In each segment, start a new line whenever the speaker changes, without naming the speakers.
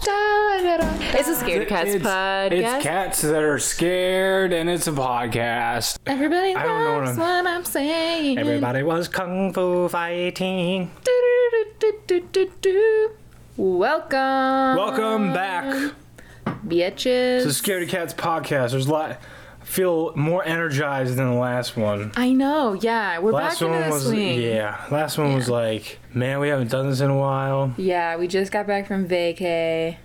It's a scared cats
it's,
podcast.
it's cats that are scared, and it's a podcast.
Everybody
I don't know what
loves what
I'm-
I'm, saying.
Everybody was kung fu fighting.
Do-do-do-do-do-do-do. Welcome,
Welcome back
bitches.
to Scaredy Cats podcast. There's a lot. I feel more energized than the last one.
I know. Yeah, we're
Last
back
one
into the
was
swing.
yeah. Last one was like, man, we haven't done this in a while.
Yeah, we just got back from vacay.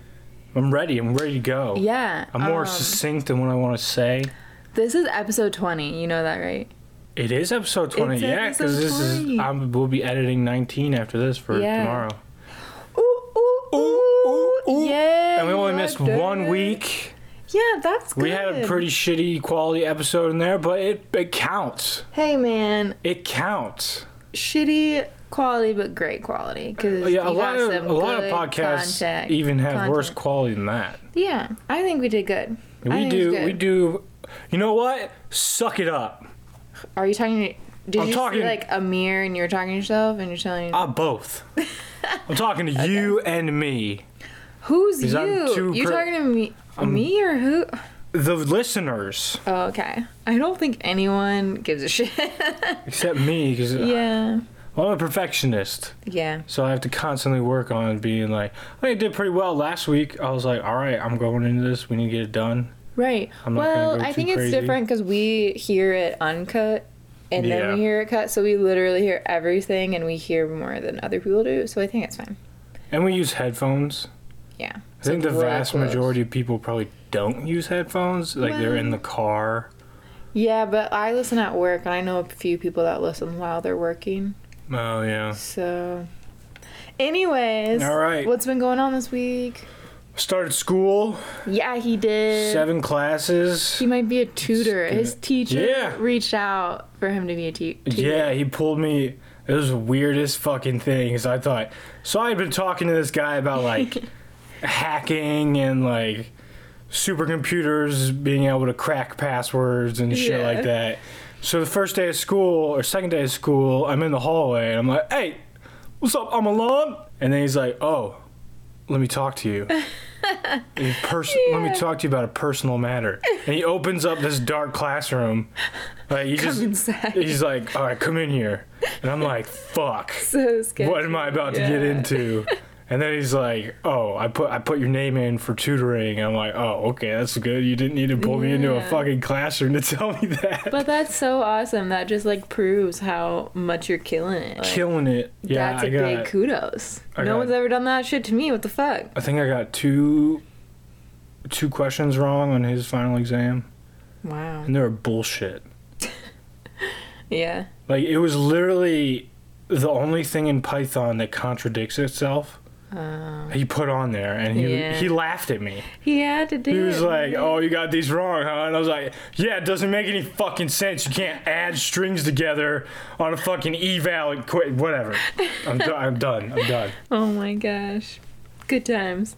I'm ready. I'm ready to go.
Yeah,
I'm more
um,
succinct than what I want to say.
This is episode 20. You know that, right?
It is episode 20.
It's
yeah, because
episode
this
20.
is I'm, we'll be editing 19 after this for
Yeah.
tomorrow.
Ooh, ooh, ooh,
ooh, ooh.
Yeah.
And we only
you
missed
are good.
one week.
Yeah, that's good.
We had a pretty shitty quality episode in there, but it, it counts.
Hey, man.
It counts.
shitty quality but great quality because
yeah, a lot of a lot of podcasts even have worse quality than that.
yeah i think we did good I
We
think it was
do.
good.
We do. You know what? Suck it up.
are you talking to did
I'm
you
talking-
see like a mirror and you're talking to yourself and you're telling
Uh, both. I'm talking to you and me,
who's
because I'm
you
too
you
per-
talking to me me or who
the listeners,
oh okay i don't think anyone gives a shit
except me, because
yeah
I'm a perfectionist.
yeah
So I have to constantly work on being like, I did pretty well last week. I was like, all right, I'm going into this. We need to get it done.
right
I'm not gonna
well
go
i
too
think it's
crazy.
different because we hear it uncut and
Yeah.
then we hear it cut so we literally hear everything and we hear more than other people do so i think it's fine
And we use headphones.
yeah
I think the
It's, like, real
vast
close.
majority of people probably don't use headphones. Like they're in the car.
Yeah, but I listen at work, and I know a few people that listen while they're working.
Oh yeah.
So, anyways,
All right.
what's been going on this week?
Started school,
Yeah, he did.
seven classes.
He might be a tutor.
It's good.
His teacher
Yeah.
reached out for him to be a tu- tutor.
Yeah, he pulled me. It was the weirdest fucking thing. 'cause I thought, so I had been talking to this guy about like hacking and like supercomputers being able to crack passwords and shit
Yeah.
like that. So the first day of school or second day of school, I'm in the hallway and I'm like, hey, what's up? I'm alone. And then he's like, oh, let me talk to you. A pers- Let me talk to you about a personal matter. And he opens up this dark classroom. Like he just
inside.
he's like, "All right, come in here," and I'm like, "Fuck,
So sketchy.
what am I about to get
Yeah.
into?" And then he's like, "Oh, I put I put your name in for tutoring." I'm like, "Oh, okay, that's good. You didn't need to pull me into a
Yeah.
fucking classroom to tell me that."
But that's so awesome. That just like proves how much you're killing it. Like,
Killing it. Yeah,
that's a
I got.
big kudos.
I
no
got-
one's ever done that shit to me. What the fuck?
I think I got two two questions wrong on his final exam,
Wow.
and they were bullshit.
Yeah.
Like it was literally the only thing in Python that contradicts itself.
Um,
He put on there, and he
Yeah.
he laughed at me.
he had to do.
He was
it,
like,
man.
"Oh, you got these wrong, huh?" And I was like, "Yeah, it doesn't make any fucking sense. You can't add strings together on a fucking eval and quit. Whatever. I'm, do- I'm done. I'm done.
Oh my gosh. Good times.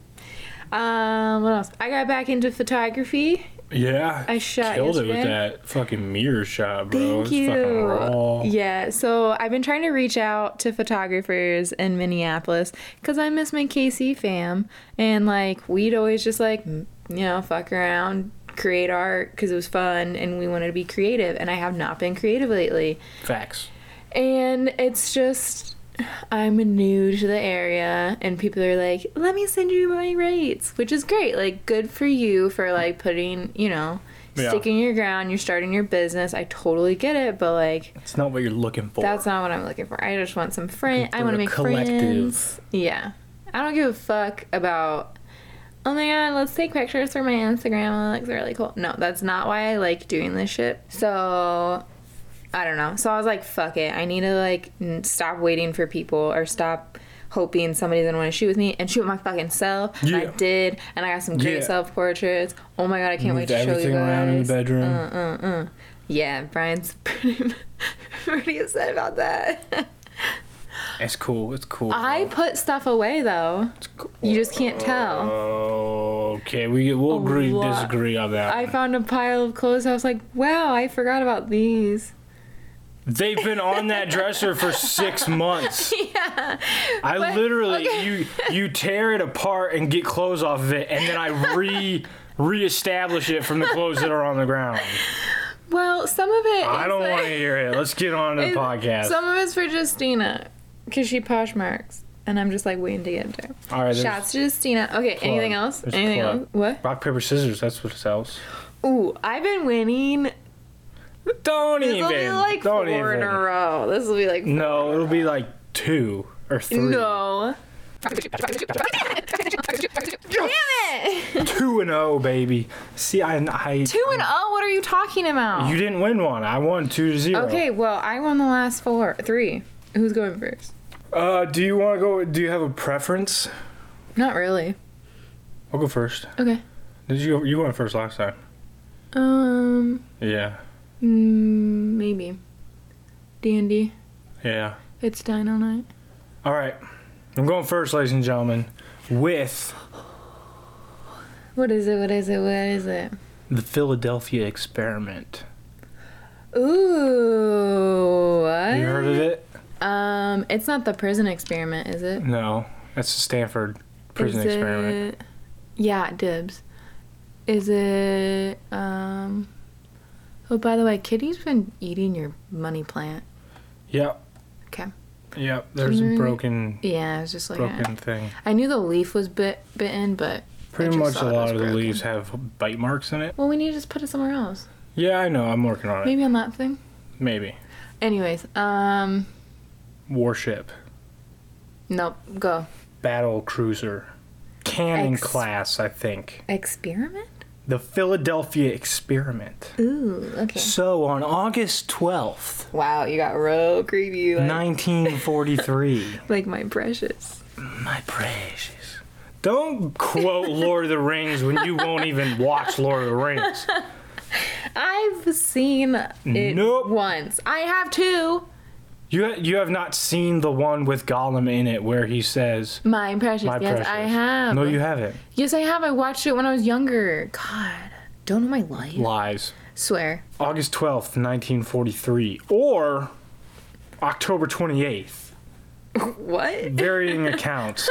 Um, what else? I got back into photography.
Yeah,
I shot
killed it with
yesterday.
that fucking mirror shot, bro.
Thank
Oh, It's fucking raw.
you. Yeah, so I've been trying to reach out to photographers in Minneapolis because I miss my KC fam. And like, we'd always just like, m- you know, fuck around, create art because it was fun and we wanted to be creative. And I have not been creative lately.
Facts.
And it's just, I'm new to the area, and people are like, let me send you my rates, which is great. Like, good for you for like putting, you know,
Yeah.
sticking your ground, you're starting your business. I totally get it, but like,
It's not what you're looking for.
that's not what I'm looking for. I just want some friend.
Looking
I want
for
to
a
make
collective.
friends. Yeah. I don't give a fuck about. Oh my god, let's take pictures for my Instagram. It looks really cool. No, that's not why I like doing this shit. So, I don't know. So I was like, fuck it. I need to like n- stop waiting for people or stop hoping somebody's gonna want to shoot with me and shoot my fucking self. And I
Yeah.
did, and I got some great
Yeah.
self portraits. Oh my god, I can't wait
Moved
to show you guys. Uh-uh.
everything around in the bedroom.
Yeah, Brian's pretty, pretty upset about that.
It's cool. It's cool.
I put stuff away though.
It's cool.
You just
uh,
can't tell.
Okay, we will agree to
lot.
disagree on that.
I
one.
found a pile of clothes. I was like, wow, I forgot about these.
They've been on that dresser for six months.
yeah.
I
But-
literally
okay.
you you tear it apart and get clothes off of it, and then I re reestablish it from the clothes that are on the ground.
Well, some of it.
I
is,
don't
like-
want to hear it. Let's get on to the
is-
podcast.
Some of it's for Justina, because she Poshmarks, and I'm just like waiting to get there.
All right, there's
Shots to Justina. Okay, anything else?
There's
anything
plug.
else? What?
rock paper scissors. That's what sells.
Ooh, I've been winning.
Don't
This
even.
will be like
don't
four in
even.
a row. This will be like
No, it'll be like two or three.
no. Damn it!
Two and oh, baby. See, I, I
Two and oh. What are you talking about?
You didn't win one. I won two to zero.
Uh, Okay, well, I won the last four, three. Who's going first?
Uh, do you want to go? Do you have a preference?
Not really.
I'll go first.
Okay.
Did you? You went first last time.
Um,
Yeah.
mm, maybe. D and D.
Yeah.
It's Dino Night.
All right. I'm going first, ladies and gentlemen, with
What is it? What is it? What is it?
the Philadelphia Experiment.
Ooh, what?
You heard of it?
Um, it's not the prison experiment, is it?
No, that's the Stanford prison
Uh. Is
experiment.
it- Yeah, dibs. Is it? Um. Oh, by the way, Kitty's been eating your money plant.
Yep.
Okay.
Yep. There's a
Really?
broken,
Mm. Yeah, I was just like,
broken thing.
I knew the leaf was bit bitten, but
Pretty
just
much
thought
a
it
lot
was
of the
broken.
leaves have bite marks in it.
well, we need to just put it somewhere else.
Yeah, I know. I'm working on it.
Maybe on that thing.
Maybe.
Anyways, um,
Warship,
nope. Go
battle cruiser, cannon
Ex-
class. I think
experiment.
the Philadelphia Experiment.
Ooh, okay.
So on August twelfth,
Wow, you got real creepy. Like,
1943.
like my precious.
My precious. Don't quote Lord of the Rings when you won't even watch Lord of the Rings.
I've seen it
Nope.
once. I have two.
You you have not seen the one with Gollum in it where he says,
My precious.
"My
yes,
precious."
I have.
No, you haven't.
Yes, I have. I watched it when I was younger. God, don't know my life.
Lies.
Swear.
August 12th, 1943 or October 28th.
What?
Varying accounts.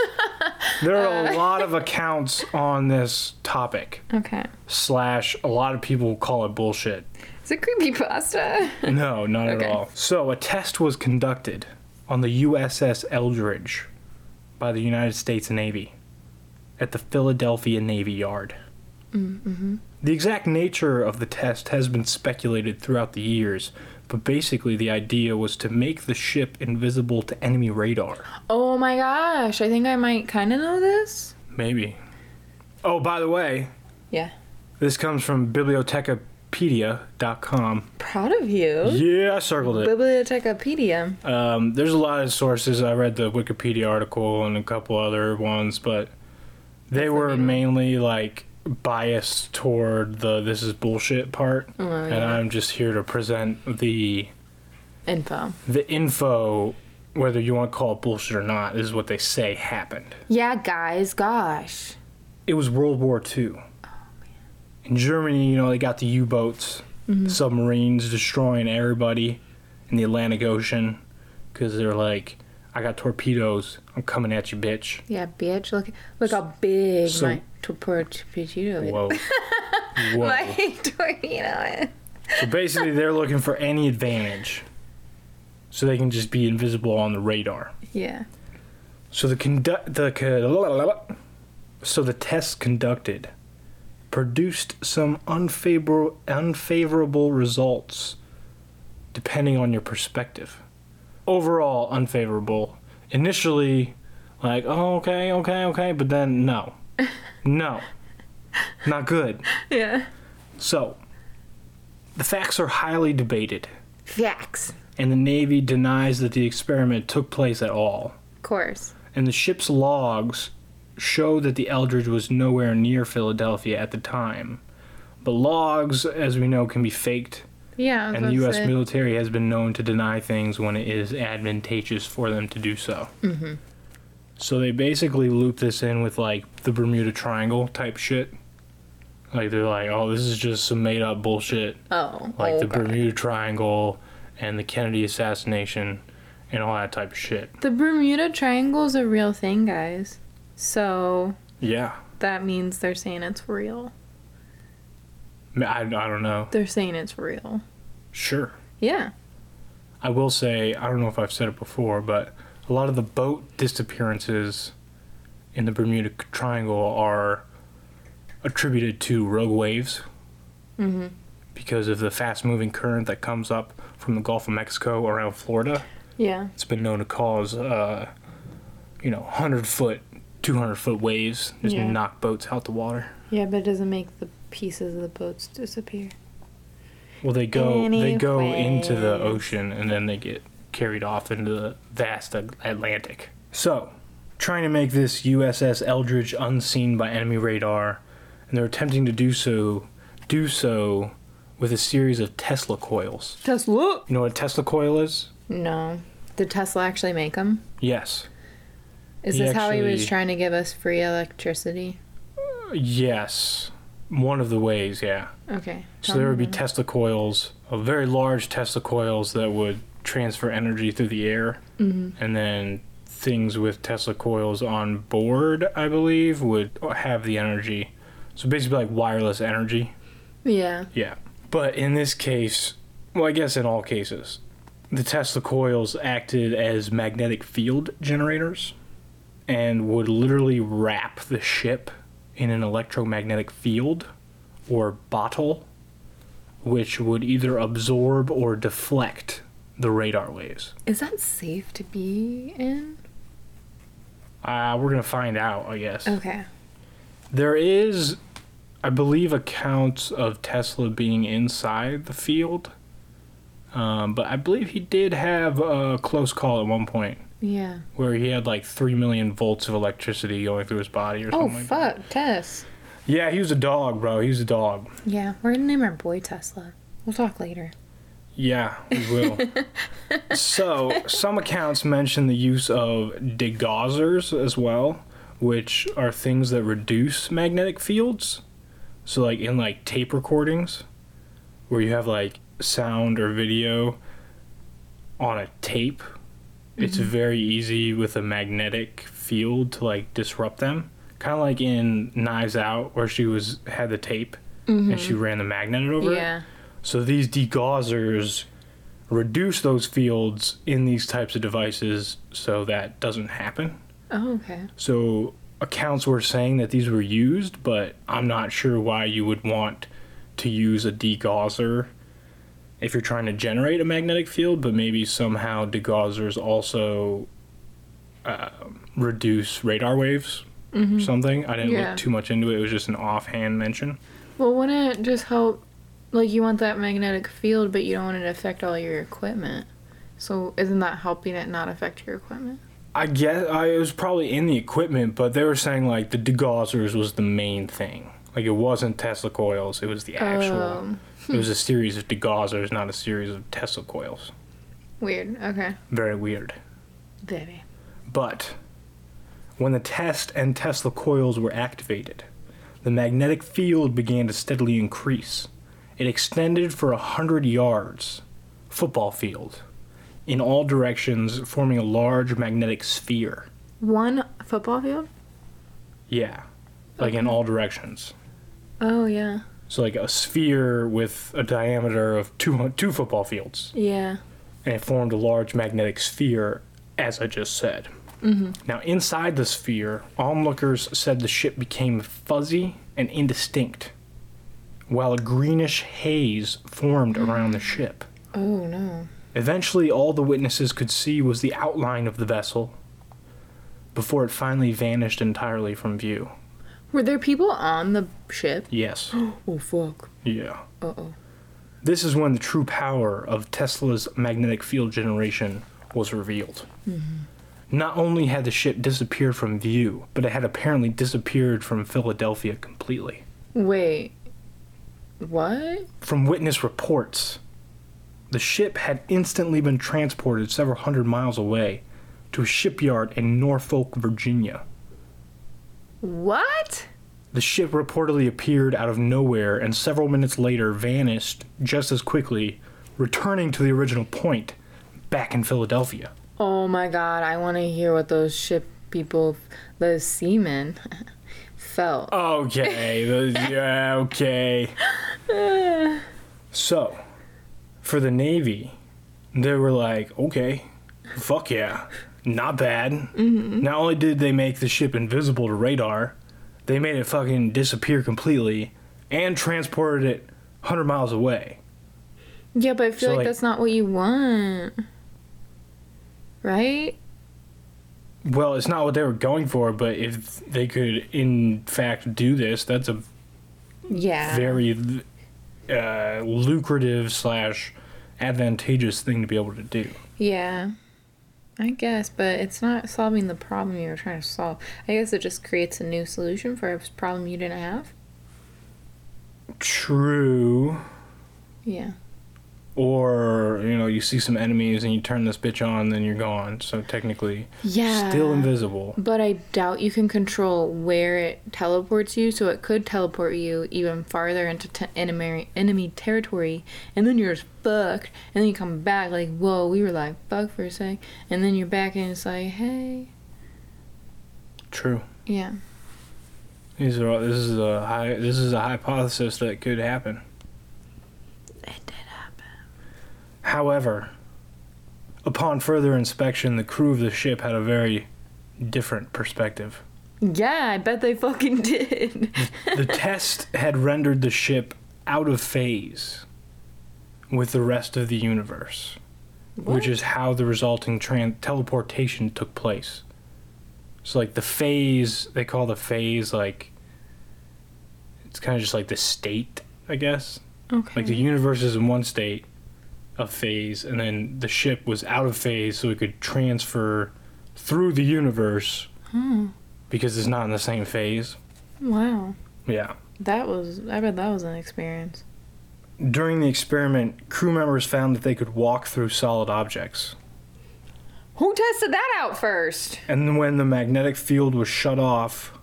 There are a lot of accounts on this topic.
Okay.
Slash, a lot of people call it bullshit.
Is it creepy pasta?
No, not
Okay.
at all. So, a test was conducted on the USS Eldridge by the United States Navy at the Philadelphia Navy Yard. The exact nature of the test has been speculated throughout the years, but basically the idea was to make the ship invisible to enemy radar.
Oh my gosh, I think I might kind of know this.
Maybe. Oh, by the way,
Yeah.
this comes from bibliotecapedia.com.
Proud of you.
Yeah, I circled it.
Bibliotechopedia.
Um, there's a lot of sources. I read the Wikipedia article and a couple other ones, but they were mainly like biased toward the "this is bullshit" part,
Oh, yeah.
and I'm just here to present the
Info.
the info, whether you want to call it bullshit or not, is what they say happened.
Yeah, guys, gosh.
It was World War II. In Germany, you know, they got the U-boats, submarines destroying everybody in the Atlantic Ocean because they're like, "I got torpedoes. I'm coming at you, bitch."
Yeah, bitch. Look, look how big
So-
my torpedo is.
Whoa. Whoa.
My torpedo is.
so basically, they're looking for any advantage so they can just be invisible on the radar.
Yeah.
So the conduct the co- so the tests conducted produced some unfavorable unfavorable results depending on your perspective. Overall unfavorable. Initially like, "Oh, okay, okay, okay," but then no. No. Not good.
Yeah.
So, the facts are highly debated,
Facts.
and the Navy denies that the experiment took place at all.
Of course.
And the ship's logs show that the Eldridge was nowhere near Philadelphia at the time. But logs, as we know, can be faked,
Yeah. I was
and
about
the
to
U.S.
say.
military has been known to deny things when it is advantageous for them to do so. Mm-hmm. So they basically loop this in with like the Bermuda Triangle type shit. Like they're like, oh, this is just some made up bullshit
Oh.
like
oh
the
God.
Bermuda Triangle and the Kennedy assassination and all that type of shit.
The Bermuda Triangle's a real thing, guys. So
Yeah.
that means they're saying it's real.
I, I don't know.
They're saying it's real.
Sure.
Yeah.
I will say, I don't know if I've said it before, but a lot of the boat disappearances in the Bermuda Triangle are attributed to rogue waves
hmm
because of the fast moving current that comes up from the Gulf of Mexico around Florida.
Yeah.
It's been known to cause, uh, you know, 100 foot, 200 foot waves, just
Yeah.
knock boats out the water.
Yeah, but it doesn't make the pieces of the boats disappear.
Well, they go they go into the
Anyways.
ocean and then they get carried off into the vast At- Atlantic. So, trying to make this USS Eldridge unseen by enemy radar, and they're attempting to do so do so with a series of Tesla coils.
Tesla?
You know what a Tesla coil is?
No. Did Tesla actually make them?
Yes.
Is
He
this how he was
actually-
trying to give us free electricity?
Yes. One of the ways, yeah.
Okay.
So
Tell
there
me
would be
more.
Tesla coils, uh, very large Tesla coils that would transfer energy through the air, and then things with Tesla coils on board, I believe, would have the energy. So basically, like wireless energy.
Yeah.
Yeah. But in this case, well, I guess in all cases, the Tesla coils acted as magnetic field generators and would literally wrap the ship in an electromagnetic field or bottle, which would either absorb or deflect the radar waves.
Is that safe to be in?
Uh, we're going to find out, I guess.
Okay.
There is, I believe, accounts of Tesla being inside the field, um, but I believe he did have a close call at one point
Yeah.
where he had like three million volts of electricity going through his body or
Oh,
something. like that.
fuck. Tess.
Yeah, he was a dog, bro. He was a dog.
Yeah. We're going to name our boy Tesla. We'll talk later.
Yeah, we will. so, some accounts mention the use of degaussers as well, which are things that reduce magnetic fields. So, like in like tape recordings, where you have like sound or video on a tape, it's very easy with a magnetic field to like disrupt them. Kind of like in Knives Out, where she was had the tape and she ran the magnet over it.
Yeah.
So these degaussers reduce those fields in these types of devices so that doesn't happen.
Oh, okay.
So accounts were saying that these were used, but I'm not sure why you would want to use a degausser if you're trying to generate a magnetic field, but maybe somehow degaussers also uh, reduce radar waves or something. I didn't
Yeah.
look too much into it. It was just an offhand mention.
Well, wouldn't it just help? Like, you want that magnetic field, but you don't want it to affect all your equipment. So, isn't that helping it not affect your equipment?
I guess I, it was probably in the equipment, but they were saying like the degaussers was the main thing. Like it wasn't Tesla coils; it was the actual.
Um,
It was a series of degaussers, not a series of Tesla coils.
Weird. Okay.
Very weird.
Very.
But when the test and Tesla coils were activated, the magnetic field began to steadily increase. It extended for a hundred yards, football field, in all directions, forming a large magnetic sphere.
One football field?
Yeah. Like in all directions.
Oh, yeah.
So like a sphere with a diameter of two two football fields,
Yeah.
and it formed a large magnetic sphere, as I just said. Mm-hmm. Now inside the sphere, onlookers said the ship became fuzzy and indistinct, while a greenish haze formed around the ship.
Oh, no.
Eventually, all the witnesses could see was the outline of the vessel, before it finally vanished entirely from view.
Were there people on the ship?
Yes.
Oh, fuck.
yeah.
Uh oh.
This is when the true power of Tesla's magnetic field generation was revealed. Not only had the ship disappeared from view, but it had apparently disappeared from Philadelphia completely.
Wait. What?
From witness reports, the ship had instantly been transported several hundred miles away to a shipyard in Norfolk, Virginia.
What?
The ship reportedly appeared out of nowhere and several minutes later vanished just as quickly, returning to the original point back in Philadelphia.
Oh my god, I want to hear what those ship people, those seamen, felt.
Okay, the- yeah, okay. So, for the Navy, they were like, okay, fuck yeah, not bad. Not only did they make the ship invisible to radar, they made it fucking disappear completely and transported it 100 miles away.
Yeah, but I feel
So,
like,
like-
that's not what you want. Right?
Well, it's not what they were going for, but if they could, in fact, do this, that's a
Yeah.
very uh, lucrative slash advantageous thing to be able to do.
Yeah. I guess, but it's not solving the problem you were trying to solve. I guess it just creates a new solution for a problem you didn't have.
True.
Yeah.
Or, you know, you see some enemies and you turn this bitch on, then you're gone. So technically,
Yeah.
still invisible.
But I doubt you can control where it teleports you, so it could teleport you even farther into te- enemy enemy territory, and then you're just fucked. And then you come back like, whoa, we were like fucked for a sec, and then you're back and it's like, hey,
True.
yeah,
These are all, this is a high, this is a hypothesis that could happen.
it did happen.
However, upon further inspection, the crew of the ship had a very different perspective.
Yeah, I bet they fucking did.
the test had rendered the ship out of phase with the rest of the universe, which is how the resulting tran- teleportation took place. So, like the phase, they call the phase like it's kind of just like the state, I guess.
okay.
Like the universe is in one state of phase, and then the ship was out of phase, so it could transfer through the universe
Hmm.
because it's not in the same phase.
Wow,
Yeah.
that was. I bet that was an experience.
During the experiment, crew members found that they could walk through solid objects.
Who tested that out first?
And when the magnetic field was shut off,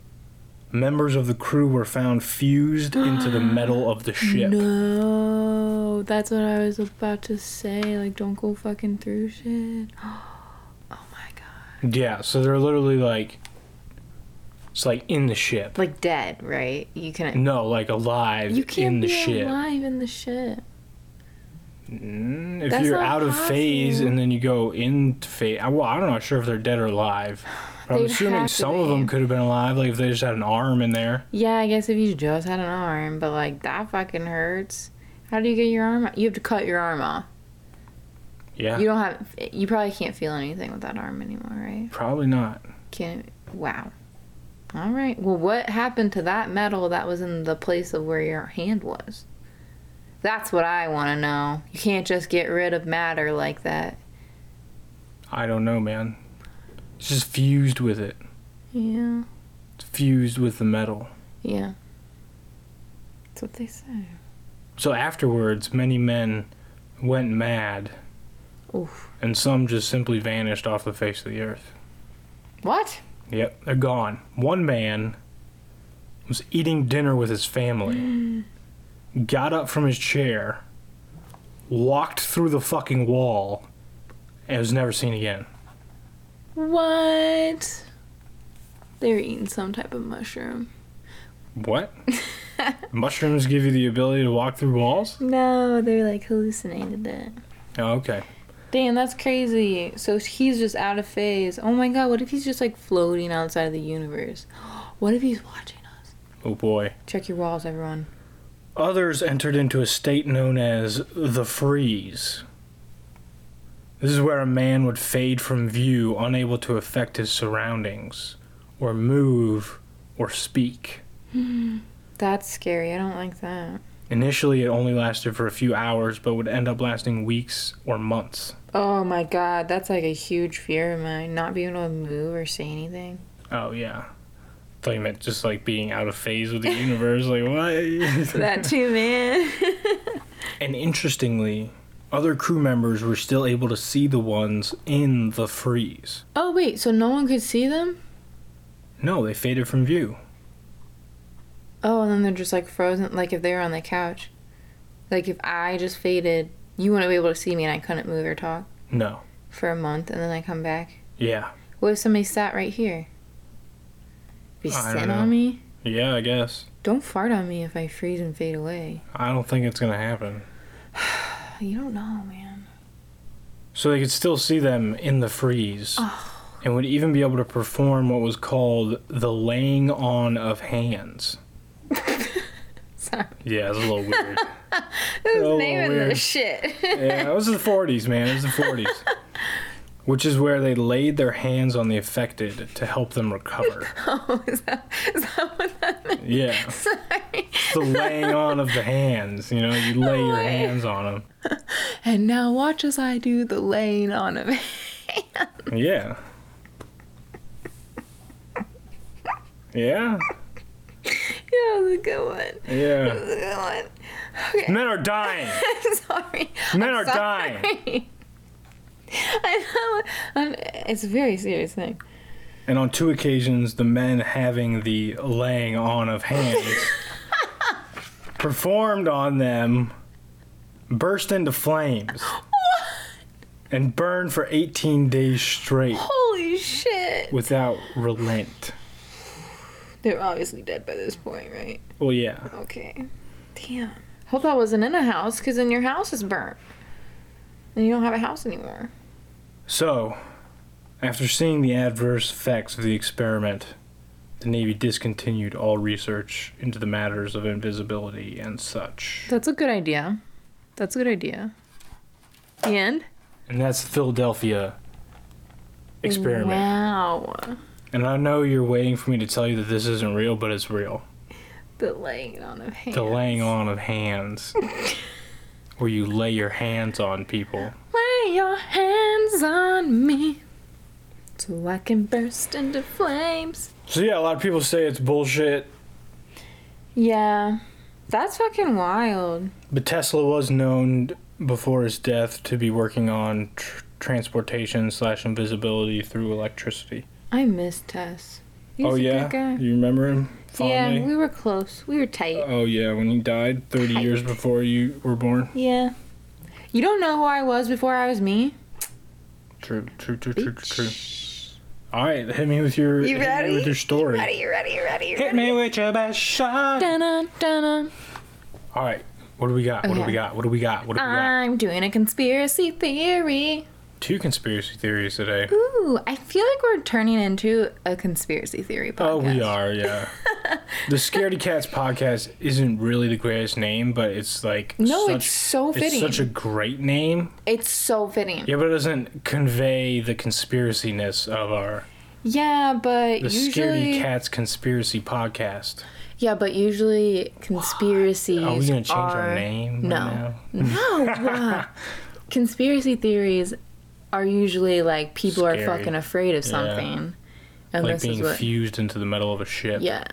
members of the crew were found fused into the metal of the ship.
No, that's what I was about to say. Like, don't go fucking through shit. Oh my god.
Yeah, so they're literally like it's like in the ship.
Like dead, right? You can.
No, like alive
You can't
in the
be
ship.
alive in the ship.
Mm, if
That's
you're
not
out of phase
possible.
and then you go into phase, I, well, I'm not sure if they're dead or alive. But I'm
They'd
assuming
have to
some of them
be.
could have been alive, like if they just had an arm in there.
Yeah, I guess if you just had an arm, but like that fucking hurts. How do you get your arm? out? You have to cut your arm off.
Yeah,
You don't have. You probably can't feel anything with that arm anymore, right?
probably not.
Can't. Wow. All right. Well, what happened to that metal that was in the place of where your hand was? That's what I want to know. You can't just get rid of matter like that.
I don't know, man. It's just fused with it.
Yeah.
It's fused with the metal.
Yeah. That's what they say.
So afterwards, many men went mad,
Oof.
and some just simply vanished off the face of the earth.
What?
Yep, they're gone. One man was eating dinner with his family, got up from his chair, walked through the fucking wall, and was never seen again.
What? They were eating some type of mushroom.
What? Mushrooms give you the ability to walk through walls?
No, they were like hallucinated it.
Oh, okay.
Damn, that's crazy. So he's just out of phase. Oh my god, what if he's just like floating outside of the universe? What if he's watching us?
Oh boy.
Check your walls, everyone.
Others entered into a state known as the freeze. This is where a man would fade from view, unable to affect his surroundings, or move, or speak.
That's scary. I don't like that.
Initially, it only lasted for a few hours, but would end up lasting weeks or months.
Oh my god, that's like a huge fear of mine. Not being able to move or say anything.
Oh, yeah. Thought you meant just like being out of phase with the universe. like, what?
That too, man.
and interestingly, other crew members were still able to see the ones in the freeze.
oh wait, so no one could see them?
No, they faded from view.
Oh, and then they're just like frozen, like if they were on the couch. Like if I just faded You wouldn't be able to see me and I couldn't move or talk
No.
for a month and then I come back.
Yeah.
What if somebody sat right here? Be
I don't
sitting
know.
on me?
Yeah, I guess.
Don't fart on me if I freeze and fade away. Oh,
I don't think it's gonna happen.
You don't know, man.
So they could still see them in the freeze. And would even be able to perform what was called the laying on of hands.
Sorry.
Yeah, it's a little weird.
Who's
Oh,
naming
weird.
this shit?
yeah, it was the 40s, man. It was the 40s. Which is where they laid their hands on the affected to help them recover.
oh, is that, is that what that meant?
Yeah,
Sorry.
the laying on of the hands. You know, you lay your hands on
And now watch as I do the laying on of hand.
them. Yeah. Yeah.
Yeah, that was a good one. That
Yeah.
was a good one. Okay,
Men are dying.
I'm sorry.
Men
I'm
are dying.
sorry. I know. I'm, it's a very serious thing.
And on two occasions, the men having the laying on of hands performed on them burst into flames and burned for 18 days straight
Holy shit.
without relent.
They're obviously dead by this point, right?
Well, yeah.
Okay. Damn. Hope that wasn't in a house, because then your house is burnt. And you don't have a house anymore.
So, after seeing the adverse effects of the experiment, the Navy discontinued all research into the matters of invisibility and such.
That's a good idea. That's a good idea. The end?
And that's the Philadelphia experiment.
Wow.
And I know you're waiting for me to tell you that this isn't real, but it's real.
The laying on of hand.
The laying on of hands. where you lay your hands on people.
Lay your hands on me. So I can burst into flames.
So yeah, a lot of people say it's bullshit,
Yeah. That's fucking wild.
but Tesla was known before his death to be working on tr- transportation slash invisibility through electricity.
I miss Tess. He was
oh
a good
yeah,
guy.
you remember him fondly?
Yeah, we were close. We were tight.
Oh yeah, when he died 30 years before you were born.
yeah. You don't know who I was before I was me?
True, true, true, true, true. true. All right, hit me with your
You
hit me
ready?
with your story.
Ready, ready, ready,
Hit
ready.
me with your best shot.
Dun-dun, dun-dun.
All right. What do we got? What do
Okay. Uh,
we got? What do we got? What do we got?
I'm doing a conspiracy theory.
Two conspiracy theories today.
Ooh, I feel like we're turning into a conspiracy theory podcast.
Oh, we are, yeah. the Scaredy Cats podcast isn't really the greatest name, but it's like
No, it's so
It's
fitting.
such a great name.
It's so fitting.
Yeah, but it doesn't convey the conspiraciness of our
Yeah, but
the
usually,
Scaredy Cats conspiracy podcast.
yeah, but usually conspiracies
Are we gonna change
are-
our name? right
No.
now?
No, conspiracy theories are usually like people
Scary.
are fucking afraid of something, and
Like
this is
being
what.
fused into the metal of a ship.
yeah,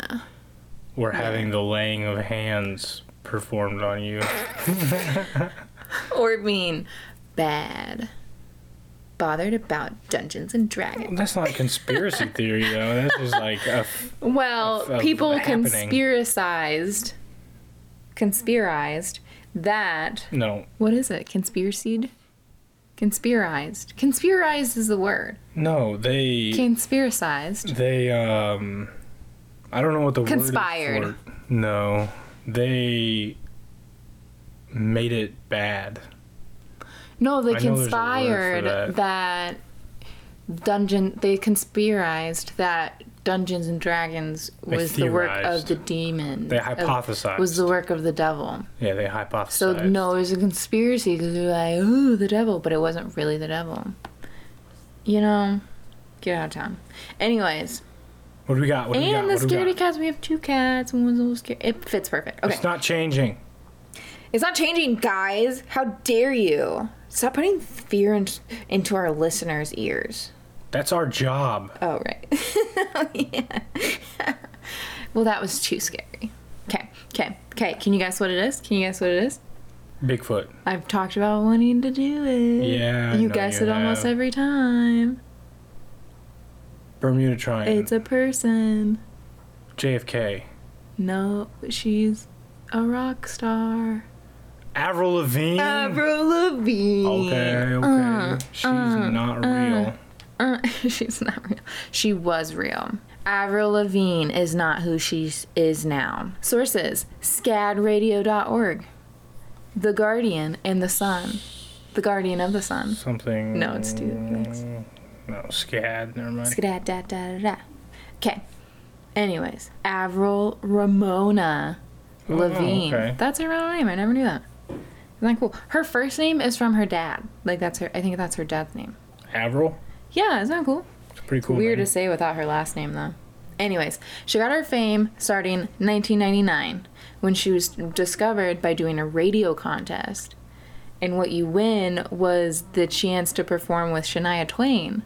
Or having the laying of hands performed on you.
or being bad, bothered about Dungeons and Dragons.
That's not conspiracy theory though. That's just like a
Well,
Of- of
people
happening.
conspiracized, conspirized that
no,
what is it? Conspiracied, conspirized. Conspirized is the word.
no. They
Conspiracized.
they um, I don't know what the word is
Conspired.
for it. No, they made it bad.
No, they
I know there's a word for
conspired
that.
that. dungeon. They conspirized that Dungeons and Dragons
They
was the work
theorized.
of the demon.
They
of-
hypothesized.
Oh. was the work of the devil.
yeah, they hypothesized.
So no, it was a conspiracy because they're like, "Ooh, the devil," but it wasn't really the devil. You know, get out of town. Anyways,
What do we got? What do we got?
and
What
the
do we
scaredy
got?
cats. We have two cats, and one's a little scared. It fits perfect. Okay,
It's not changing.
It's not changing, guys. How dare you? Stop putting fear in, into our listeners' ears.
That's our job.
Oh, right. Oh, yeah. well, that was too scary. Okay, okay, okay. Can you guess what it is? Can you guess what it is?
Bigfoot.
I've talked about wanting to do it.
Yeah, I
You
know
guess
you
it almost
have.
every time.
Bermuda Triangle.
It's a person.
JFK.
No, she's a rock star.
Avril Lavigne.
Avril Uh, Lavigne.
okay, okay. She's not real.
Uh, she's not real. She was real. Avril Lavigne is not who she s- is now. Sources scadradio.org, The Guardian, and The Sun. The Guardian of the Sun.
Something.
No, it's too. Thanks.
No, scad. Never mind.
Skada da da da da. Okay. Anyways, Avril Ramona Levine.
okay.
That's her real name. I never knew that. Isn't that cool? Her first name is from her dad. Like that's her. I think that's her dad's name.
Avril.
Yeah, isn't that cool?
It's a pretty cool.
Weird
name.
to say without her last name, though. Anyways, she got her fame starting 1999 when she was discovered by doing a radio contest. And what you win was the chance to perform with Shania Twain.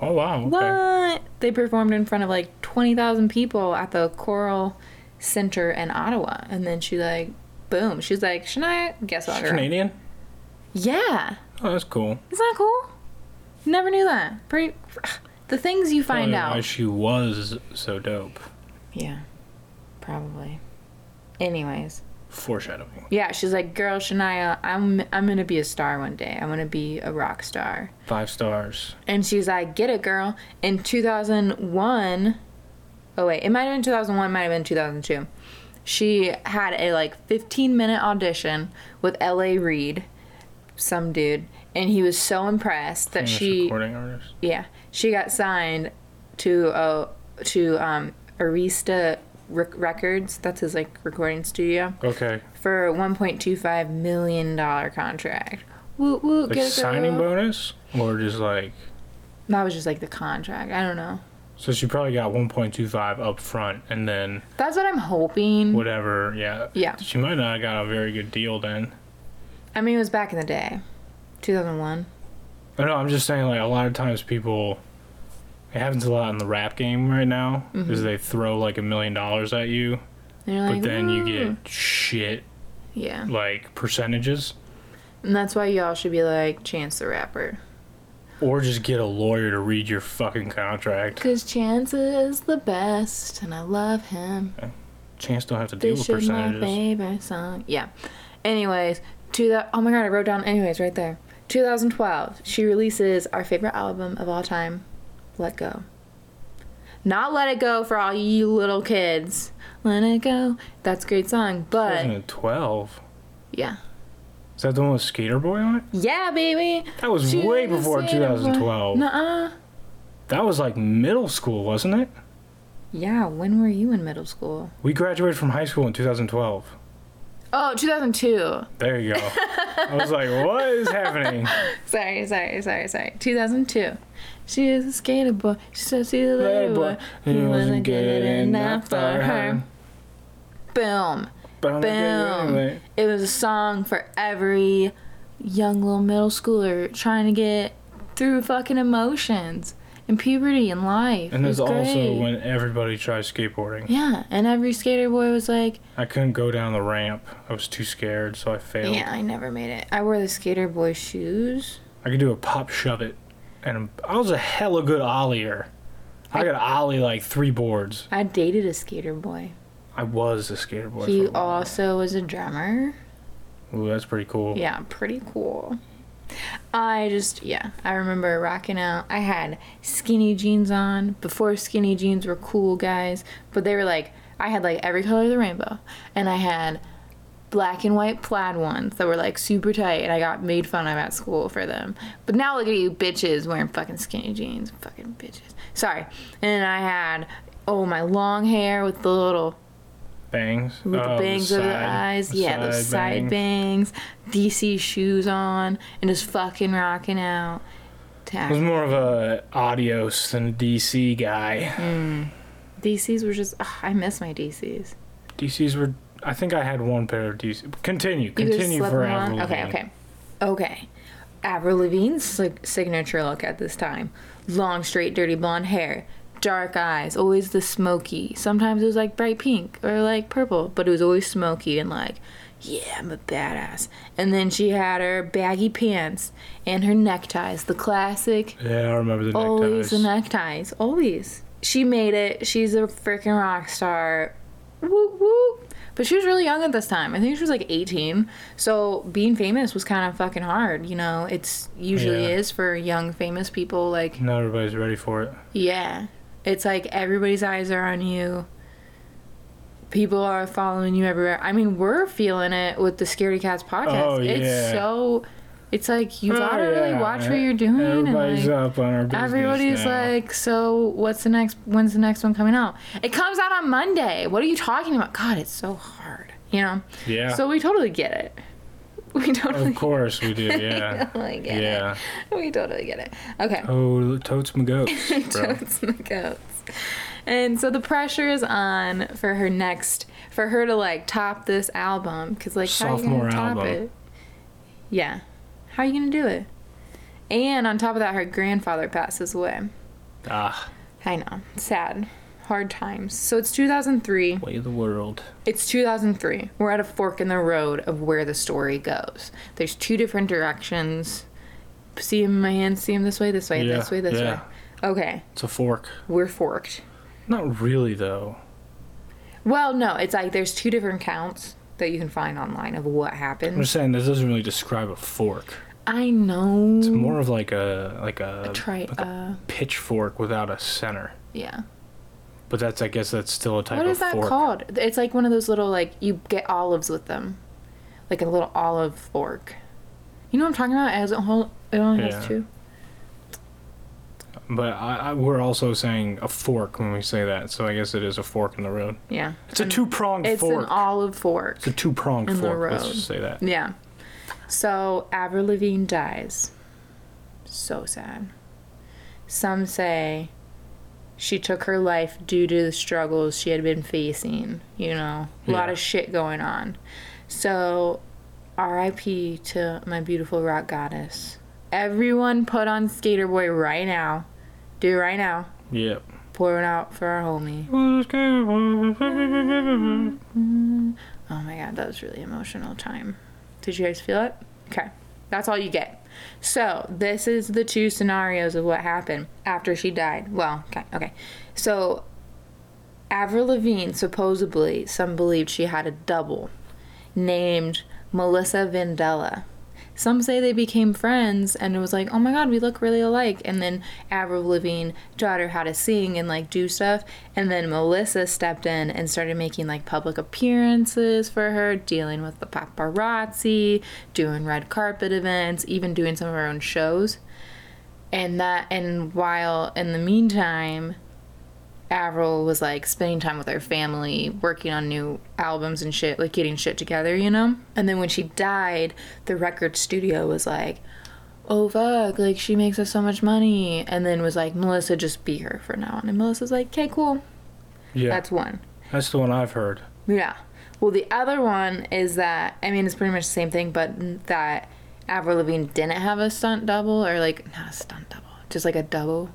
Oh wow. Okay.
What? They performed in front of like 20,000 people at the Coral Center in Ottawa. And then she, like, boom. She's like, Shania, guess what?
She's
girl?"
Canadian.
Yeah.
Oh, that's cool.
Isn't that cool? Never knew that. Pretty. The things you find
Probably
out.
Why she was so dope.
Yeah, probably. Anyways,
Foreshadowing.
yeah, she's like, "Girl, Shania, I'm I'm gonna be a star one day. I'm gonna be a rock star."
Five stars.
And she's like, "Get it, girl." In 2001, oh wait, it might have been 2001, might have been 2002. She had a like 15 minute audition with L.A. Reid, some dude, and he was so impressed that
Famous
she
recording artist.
yeah, she got signed to uh, to um, Arista Rec- Records. That's his like recording studio
Okay.
for a 1.25 million dollar contract. Woo woo,
Like
get it,
signing
girl.
bonus, or just like.
That was just like the contract. I don't know.
So she probably got 1.25 up front, and then
That's what I'm hoping.
whatever. Yeah.
Yeah.
She might not have got a very good deal then.
I mean, it was back in the day, 2001.
I know. I'm just saying, like a lot of times people. It happens a lot in the rap game right now.
Mm-hmm.
Is they throw like a million dollars at you,
And you're
but
like,
then you
"Woo."
get shit
yeah.
like percentages,
And that's why y'all should be like Chance the Rapper,
or just get a lawyer to read your fucking contract.
cause Chance is the best, and I love him.
Chance don't have to deal
This
with
is my
percentages.
favorite song. Yeah. Anyways, to the oh my god, I wrote down anyways right there. 2012, she releases our favorite album of all time, Let Go. Not Let It Go for all you little kids. Let It Go. That's a great song, but
2012.
yeah.
Is that the one with Skater Boy on it?
Yeah, baby.
That was
She
way
was a
before
skater boy.
2012.
Nuh-uh.
That was like middle school, wasn't it?
Yeah, when were you in middle school?
We graduated from high school in 2012.
Oh, 2002.
There you go. I was like, what is happening?
Sorry, sorry, sorry, sorry. 2002. She is a skater boy. She said she's a little boy.
It wasn't good enough for her.
Boom.
But I'm gonna do it
Boom.
anyway.
It was a song for every young little middle schooler trying to get through fucking emotions and puberty and life.
And
It
there's
was
also
great.
when everybody tries skateboarding.
Yeah, and every skater boy was like,
I couldn't go down the ramp. I was too scared, so I failed.
yeah, I never made it. I wore the skater boy shoes.
I could do a pop shove it, and I was a hella good ollier. I could ollie like three boards.
I dated a skater boy.
I was a skateboard.
He
for a while.
also was a drummer.
Ooh, that's pretty cool.
Yeah, pretty cool. I just, yeah, I remember rocking out. I had skinny jeans on before skinny jeans were cool, guys, but they were like, I had like every color of the rainbow, and I had black and white plaid ones that were like super tight, and I got made fun of at school for them. But now look at you bitches wearing fucking skinny jeans, fucking bitches. Sorry. And I had, oh, my long hair with the little
Bangs.
with
Oh,
Uh, the bangs of the
side-
eyes. yeah, those side
bangs.
bangs. DC shoes on and just fucking rocking out.
I was
Tack.
more of a Adios than a DC guy.
DCs were just. ugh, I miss my DCs.
DCs were. I think I had one pair of DC. Continue.
You guys
Continue
slept
for
them on?
Avril.
Okay,
Lavigne.
okay, okay. Avril Lavigne's sig- signature look at this time: long, straight, dirty blonde hair, dark eyes, always the smoky. Sometimes it was like bright pink or like purple, but it was always smoky and like, yeah, I'm a badass. And then she had her baggy pants and her neckties, the classic
Yeah, I remember the
Always the
neckties.
neckties. Always. She made it. She's a freaking rock star. Woo woo. But But she was really young at this time. I think she was like 18. So being famous was kind of fucking hard, you know? It's usually
Yeah.
is for young famous people like
Not everybody's ready for it.
yeah. It's like everybody's eyes are on you. People are following you everywhere. I mean, we're feeling it with the Scaredy Cats podcast.
Oh, yeah.
It's so it's like you
Oh,
gotta really
yeah.
watch what you're doing
Everybody's
and like
up on our business.
everybody's
now.
like, so what's the next when's the next one coming out? It comes out on Monday. What are you talking about? God, it's so hard. You know?
yeah.
So we totally get it. We totally
of course we do. Yeah.
totally get
yeah.
it. We totally get it. Okay.
Oh, look, totes my goats, Oh, bro.
totes and the goats. And so the pressure is on for her next, for her to like top this album, because like how are
Sophomore
you gonna top
album.
it? Yeah, how are you gonna do it? And on top of that, her grandfather passes away.
ah,
I know, sad, hard times. So it's 2003.
way of the world.
It's 2003. We're at a fork in the road of where the story goes. There's two different directions. See him in my hand. See him this way, this way,
Yeah,
this way, this
yeah.
way. Okay,
It's a fork.
we're forked.
Not really though.
Well, no, it's like there's two different counts that you can find online of what
I'm
happened.
just saying this doesn't really describe a fork.
I know.
It's more of like a like a,
Try,
like a
uh,
pitchfork without a center.
yeah.
But that's I guess that's still a type
What
of
is that
fork.
called? It's like one of those little, like, you get olives with them. Like a little olive fork. You know what I'm talking about? It, has a whole, it only
Yeah.
has two.
But I, I, we're also saying a fork when we say that, so I guess it is a fork in the road.
Yeah.
It's a two pronged
It's
fork.
an olive fork.
it's a two pronged
in the
fork. Let's
road.
just say that.
Yeah. So Avril Lavigne dies. So sad. Some say she took her life due to the struggles she had been facing. You know, a lot
Yeah.
of shit going on. So, R.I.P. to my beautiful rock goddess. Everyone, put on Skater Boy right now. Do it right now.
Yep.
Pour it out for our homie. Oh my god, that was really emotional time. Did you guys feel it? Okay. That's all you get. So, this is the two scenarios of what happened after she died. Well, okay. Okay. So, Avril Lavigne supposedly some believed she had a double named Melissa Vandella. Some say they became friends and it was like, oh my god, we look really alike. And then Avril Lavigne taught her how to sing and like do stuff. And then Melissa stepped in and started making like public appearances for her, dealing with the paparazzi, doing red carpet events, even doing some of her own shows. And that, and while in the meantime, Avril was like spending time with her family, working on new albums and shit, like getting shit together, you know? And then when she died, the record studio was like, oh fuck, like she makes us so much money. And then was like, Melissa, just be her for now. on. And Melissa's like, okay, cool.
Yeah.
That's one.
that's the one I've heard.
Yeah. Well, the other one is that I mean it's pretty much the same thing, but that Avril Lavigne didn't have a stunt double or like not a stunt double, just like a double.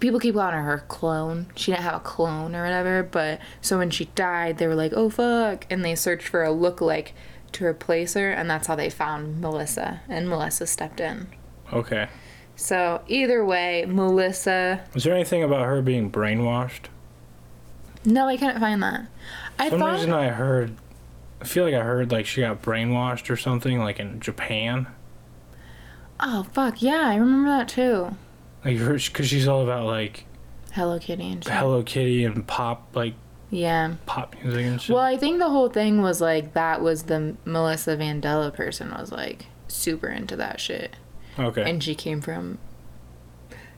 People keep calling her her clone. She didn't have a clone or whatever, but so when she died, they were like, "Oh fuck," and they searched for a lookalike to replace her, and that's how they found Melissa, and Melissa stepped in.
Okay.
So either way, Melissa.
Is there anything about her being brainwashed?
No, I couldn't find that. I
For some
thought
reason I heard I feel like I heard like she got brainwashed or something, like in Japan.
Oh fuck, yeah, I remember that too.
Like her, because she's all about like
Hello Kitty and shit.
Hello Kitty and pop, like
Yeah.
pop music and shit.
Well, I think the whole thing was like that was the Melissa Vandella person was like super into that shit.
okay.
And she came from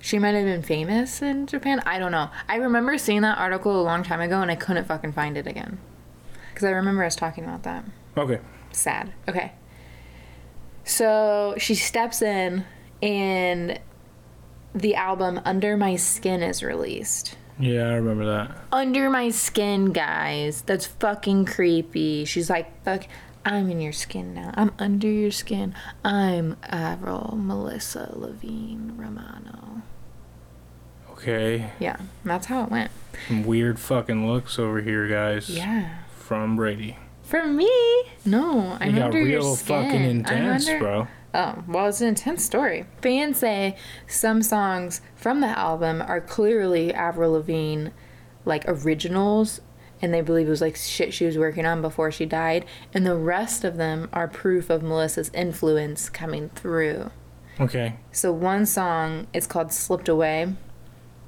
she might have been famous in Japan. I don't know. I remember seeing that article a long time ago and I couldn't fucking find it again. Cuz I remember us talking about that.
okay.
Sad. Okay. So she steps in and the album Under My Skin is released.
Yeah, I remember that.
under my skin, guys. That's fucking creepy. She's like, fuck, I'm in your skin now. I'm under your skin. I'm Avril Melissa Levine Romano.
Okay.
Yeah, and that's how it went.
Some weird fucking looks over here, guys.
Yeah.
From Brady.
For me, no, I'm
You got
under
real
your skin.
fucking intense,
I'm under-
bro.
Oh, well, it's an intense story. Fans say some songs from the album are clearly Avril Lavigne, like originals, and they believe it was like shit she was working on before she died. And the rest of them are proof of Melissa's influence coming through.
Okay.
So one song is called Slipped Away,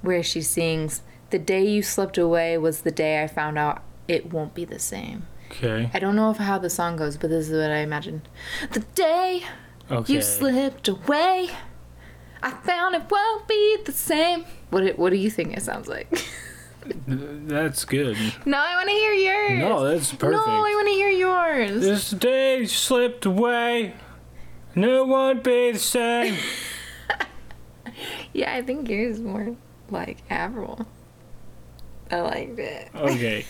where she sings, The day you slipped away was the day I found out it won't be the same.
Okay.
I don't know if how the song goes, but this is what I imagine. The day
Okay.
you slipped away, I found it won't be the same. What do- What do you think it sounds like?
That's good.
no, I want to hear yours.
No, that's perfect.
No, I want to hear yours.
This day slipped away. No one be the same.
Yeah, I think yours is more like Avril. I liked it.
Okay.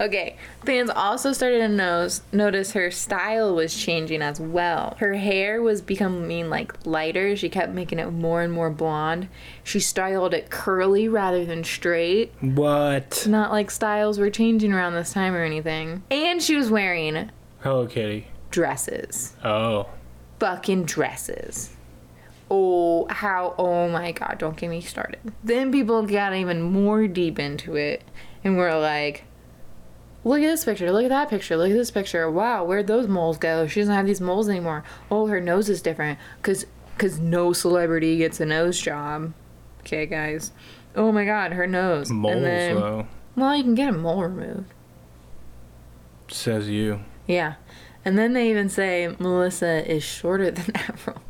Okay, fans also started to nose, notice her style was changing as well. Her hair was becoming like lighter. She kept making it more and more blonde. She styled it curly rather than straight.
What?
Not like styles were changing around this time or anything. And she was wearing
Hello Kitty.
dresses.
Oh.
Fucking dresses. Oh, how, oh my god, don't get me started. Then people got even more deep into it and were like, look at this picture, look at that picture, look at this picture. Wow, where'd those moles go? She doesn't have these moles anymore. Oh, her nose is different because cause no celebrity gets a nose job. Okay, guys. Oh my god, her nose. And
Moles uh,
then-
though.
Well, you can get a mole removed.
Says you.
Yeah. And then they even say Melissa is shorter than Avril.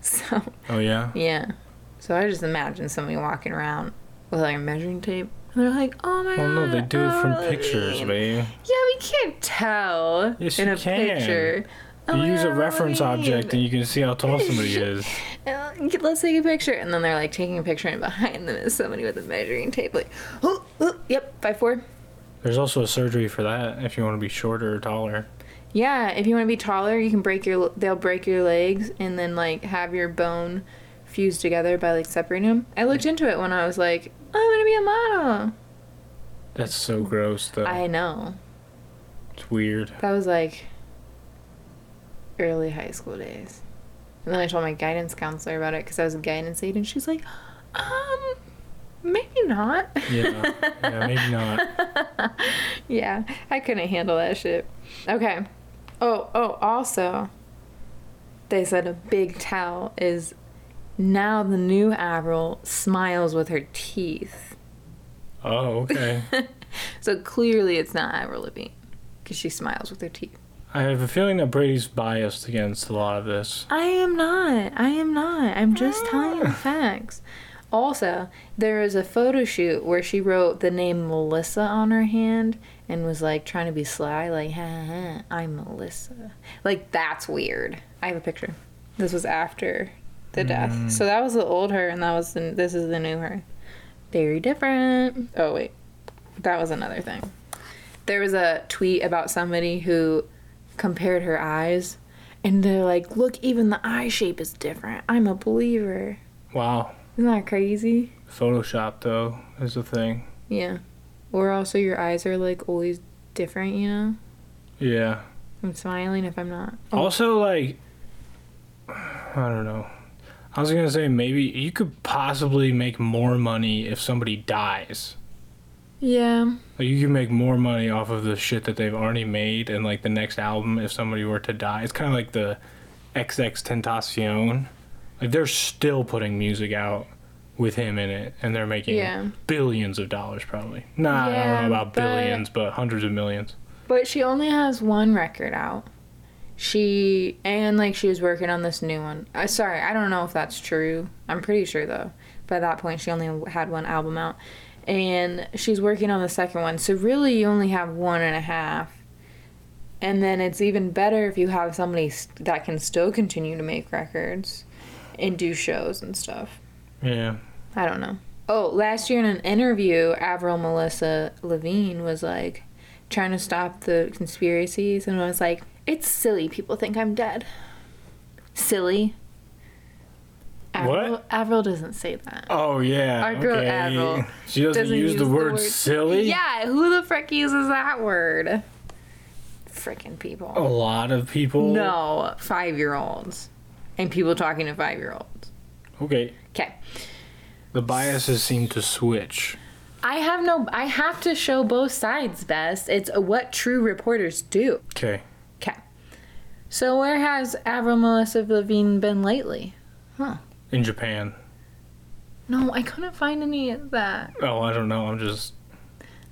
So,
Oh yeah?
yeah. So I just imagine somebody walking around with like a measuring tape. And they're like, oh my god.
Well no, they do it from
Avril
pictures,
Lavigne."
man.
Yeah, we can't tell
Yes,
in
you
a
can.
picture. Oh
You
my
use a
God,
reference
Lavigne.
object and you can see how tall somebody is.
Uh, Let's take a picture. And then they're like taking a picture, and behind them is somebody with a measuring tape, like, oh, oh yep, five four.
There's also a surgery for that if you want to be shorter or taller.
Yeah, if you want to be taller, you can break your they'll break your legs and then like have your bone fused together by like separating them. I looked into it when I was like, I want to be a model.
That's so gross though.
I know.
it's weird.
That was like early high school days. And then I told my guidance counselor about it cuz I was a guidance aide and she's like, "Um, maybe not."
Yeah. yeah, maybe not.
Yeah, I couldn't handle that shit. Okay. Oh, oh, also, they said a big towel is now the new Avril smiles with her teeth.
Oh, okay.
So clearly it's not Avril Lavigne because she smiles with her teeth.
I have a feeling that Brady's biased against a lot of this.
I am not. I am not. I'm just telling you facts. Also, there is a photo shoot where she wrote the name Melissa on her hand and was like trying to be sly, like, ha, ha, I'm Melissa. Like, that's weird. I have a picture. This was after the death. So that was the old her, and that was the, this is the new her. Very different. Oh, wait. That was another thing. There was a tweet about somebody who compared her eyes, and they're like, look, even the eye shape is different. I'm a believer.
Wow.
Isn't that crazy?
Photoshop though is a thing.
Yeah. Or also your eyes are like always different, you know?
Yeah.
I'm smiling if I'm not.
Also like I don't know. I was gonna say maybe you could possibly make more money if somebody dies.
Yeah.
Like you can make more money off of the shit that they've already made and like the next album if somebody were to die. It's kinda like the XX Tentacion. Like they're still putting music out with him in it and they're making
Yeah.
billions of dollars probably. Nah, I
Yeah,
don't know about
but-
billions, but hundreds of millions.
But she only has one record out. She and like she was working on this new one. I sorry, I don't know if that's true. I'm pretty sure though. By that point, she only had one album out, and she's working on the second one. So really, you only have one and a half. And then it's even better if you have somebody s- that can still continue to make records and do shows and stuff.
Yeah.
I don't know. Oh, last year in an interview, Avril Melissa Levine was like trying to stop the conspiracies and was like, it's silly people think I'm dead. Silly. Avril,
What?
Avril doesn't say that.
Oh yeah.
Our girl Avril
She doesn't, use, the, word, silly.
Yeah, who the frick uses that word? Frickin' people.
A lot of people.
No, five year olds. And people talking to five year olds.
Okay.
Okay.
The biases seem to switch.
I have no. I have to show both sides. Best. It's what true reporters do.
Okay.
Okay. So where has Avril Melissa Levine been lately?
In Japan.
No, I couldn't find any of that.
Oh, I don't know. I'm just.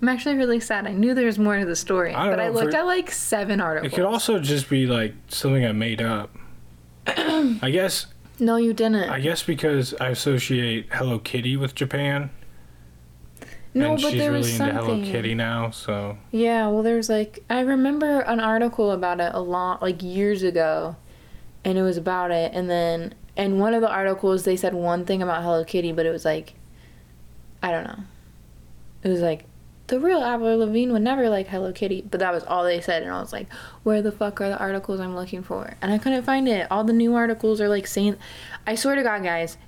I'm actually really sad. I knew there was more to the story,
I don't
but I
know if
looked
it-
at like seven
It
articles.
could also just be like something I made up. I guess.
no, you didn't.
I guess because I associate Hello Kitty with Japan,
no,
and
but
she's
there
really
was
into
something.
Hello Kitty now. So
Yeah, well, there was like I remember an article about it a long, like years ago, and it was about it. And then in one of the articles, they said one thing about Hello Kitty, but it was like, I don't know. It was like the real Avril Lavigne would never like Hello Kitty, but that was all they said. And I was like, where the fuck are the articles I'm looking for? And I couldn't find it. All the new articles are like saying, I swear to God, guys,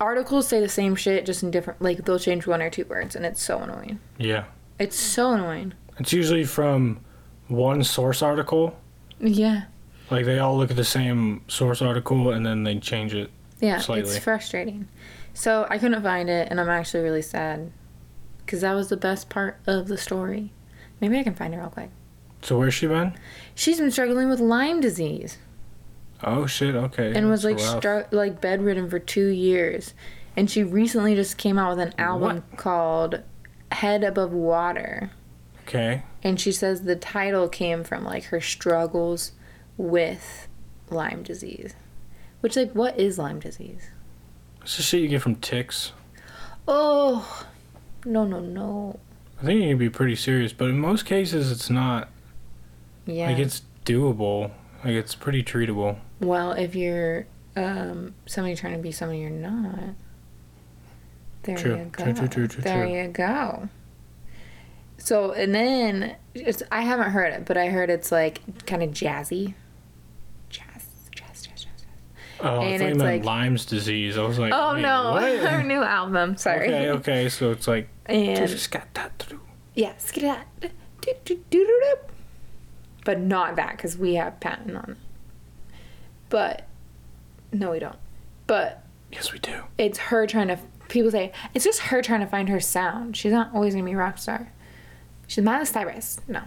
articles say the same shit just in different, like they'll change one or two words, and it's so annoying.
yeah,
It's so annoying.
it's usually from one source article.
Yeah.
Like they all look at the same source article and then they change it.
Yeah, it's
slightly.
frustrating. So I couldn't find it, and I'm actually really sad because that was the best part of the story. Maybe I can find it real quick.
So where's she been?
She's been struggling with Lyme disease
Oh shit. Okay.
and was
That's
like
rough.
stru- like bedridden for two years, and she recently just came out with an album called "Head Above Water,"
Okay.
and she says the title came from like her struggles with Lyme disease, which like what is Lyme disease?
It's the shit you get from ticks.
Oh, no, no, no.
I think it can be pretty serious, but in most cases it's not.
Yeah.
Like it's doable. Like it's pretty treatable.
Well, if you're um, somebody trying to be somebody you're not, there
True,
you go.
true, true, true, true,
there
true.
you go. So and then it's, I haven't heard it, but I heard it's like kind of jazzy, jazz, jazz, jazz, jazz. jazz. And
Oh, I thought you
it's
meant
like-
Lyme's disease. I was like,
Oh
wait,
no,
what?
her new album. Sorry.
okay, oh. okay. So it's like
And
just got that through.
yeah, skedat, do, do, do, do, do. but not that because we have patent on it. But no, we don't. But
Yes, we do.
it's her trying to people say it's just her trying to find her sound she's not always gonna be a rock star she's Miley Cyrus no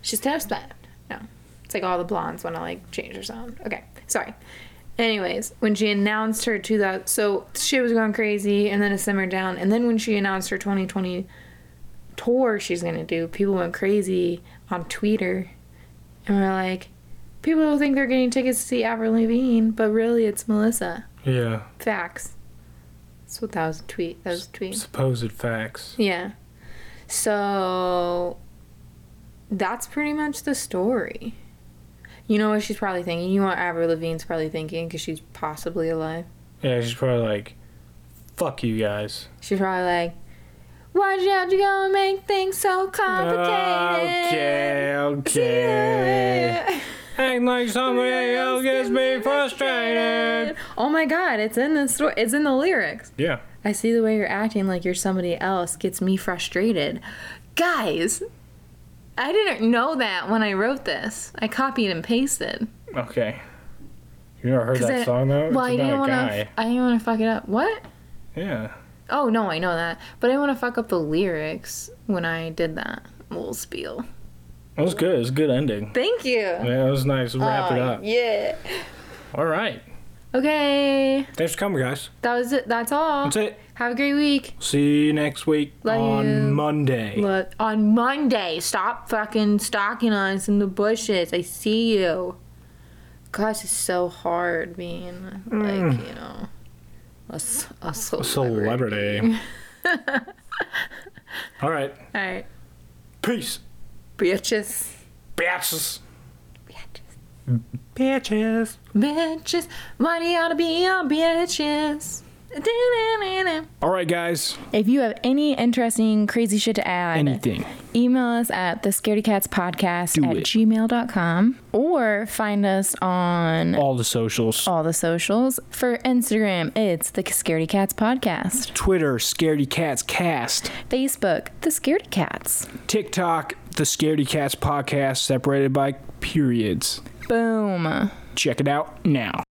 she's Taylor Swift no it's like all the blondes want to like change her sound okay sorry anyways when she announced her 2000 so she was going crazy and then it simmered down and then when she announced her 2020 tour she's gonna do people went crazy on Twitter and we're like people think they're getting tickets to see Avril Lavigne but really it's Melissa
Yeah.
Facts. That's what that was a tweet. That was a tweet.
Supposed facts.
Yeah. So that's pretty much the story. You know what she's probably thinking? You know what Avril Lavigne's probably thinking because she's possibly alive.
Yeah, she's probably like, "Fuck you guys."
She's probably like, "Why'd you have to go and make things so complicated?"
Okay,
See you
okay.
later.
Acting like somebody else gets me frustrated.
Oh my God! It's in the story. It's in the lyrics.
Yeah.
I see the way you're acting like you're somebody else gets me frustrated. Guys, I didn't know that when I wrote this. I copied and pasted.
Okay. You never heard
'Cause
that
I-
song though?
well, I
it's
didn't
about a
want
guy.
to. I didn't want to fuck it up. What?
Yeah.
Oh no, I know that, but I didn't want to fuck up the lyrics when I did that little spiel.
That was good. It was a good ending.
Thank you.
Yeah, that was nice. Wrap it
Aw,
up.
Yeah.
All right.
Okay,
Thanks for coming, guys.
that was it. That's all.
That's it.
Have a great week.
See you next week
Love
on
you.
Monday.
Look, on Monday, stop fucking stalking us in the bushes. I see you. Gosh, it's so hard being like,
Mm.
you know, a, c- a celebrity.
Celebrity. All right.
All right,
Peace.
bitches.
Bitches.
Bitches.
Bitches.
Bitches. Why do you ought to be on bitches?
All right, guys.
If you have any interesting, crazy shit to add,
Anything.
email us at the scaredy cats podcast
Do
at
it.
gmail.com or find us on
All the socials.
all the socials. For Instagram, it's the Scaredy Cats Podcast.
Twitter, Scaredy Cats Cast.
Facebook, the Scaredy Cats.
TikTok, the Scaredy Cats podcast, separated by periods.
Boom.
Check it out now.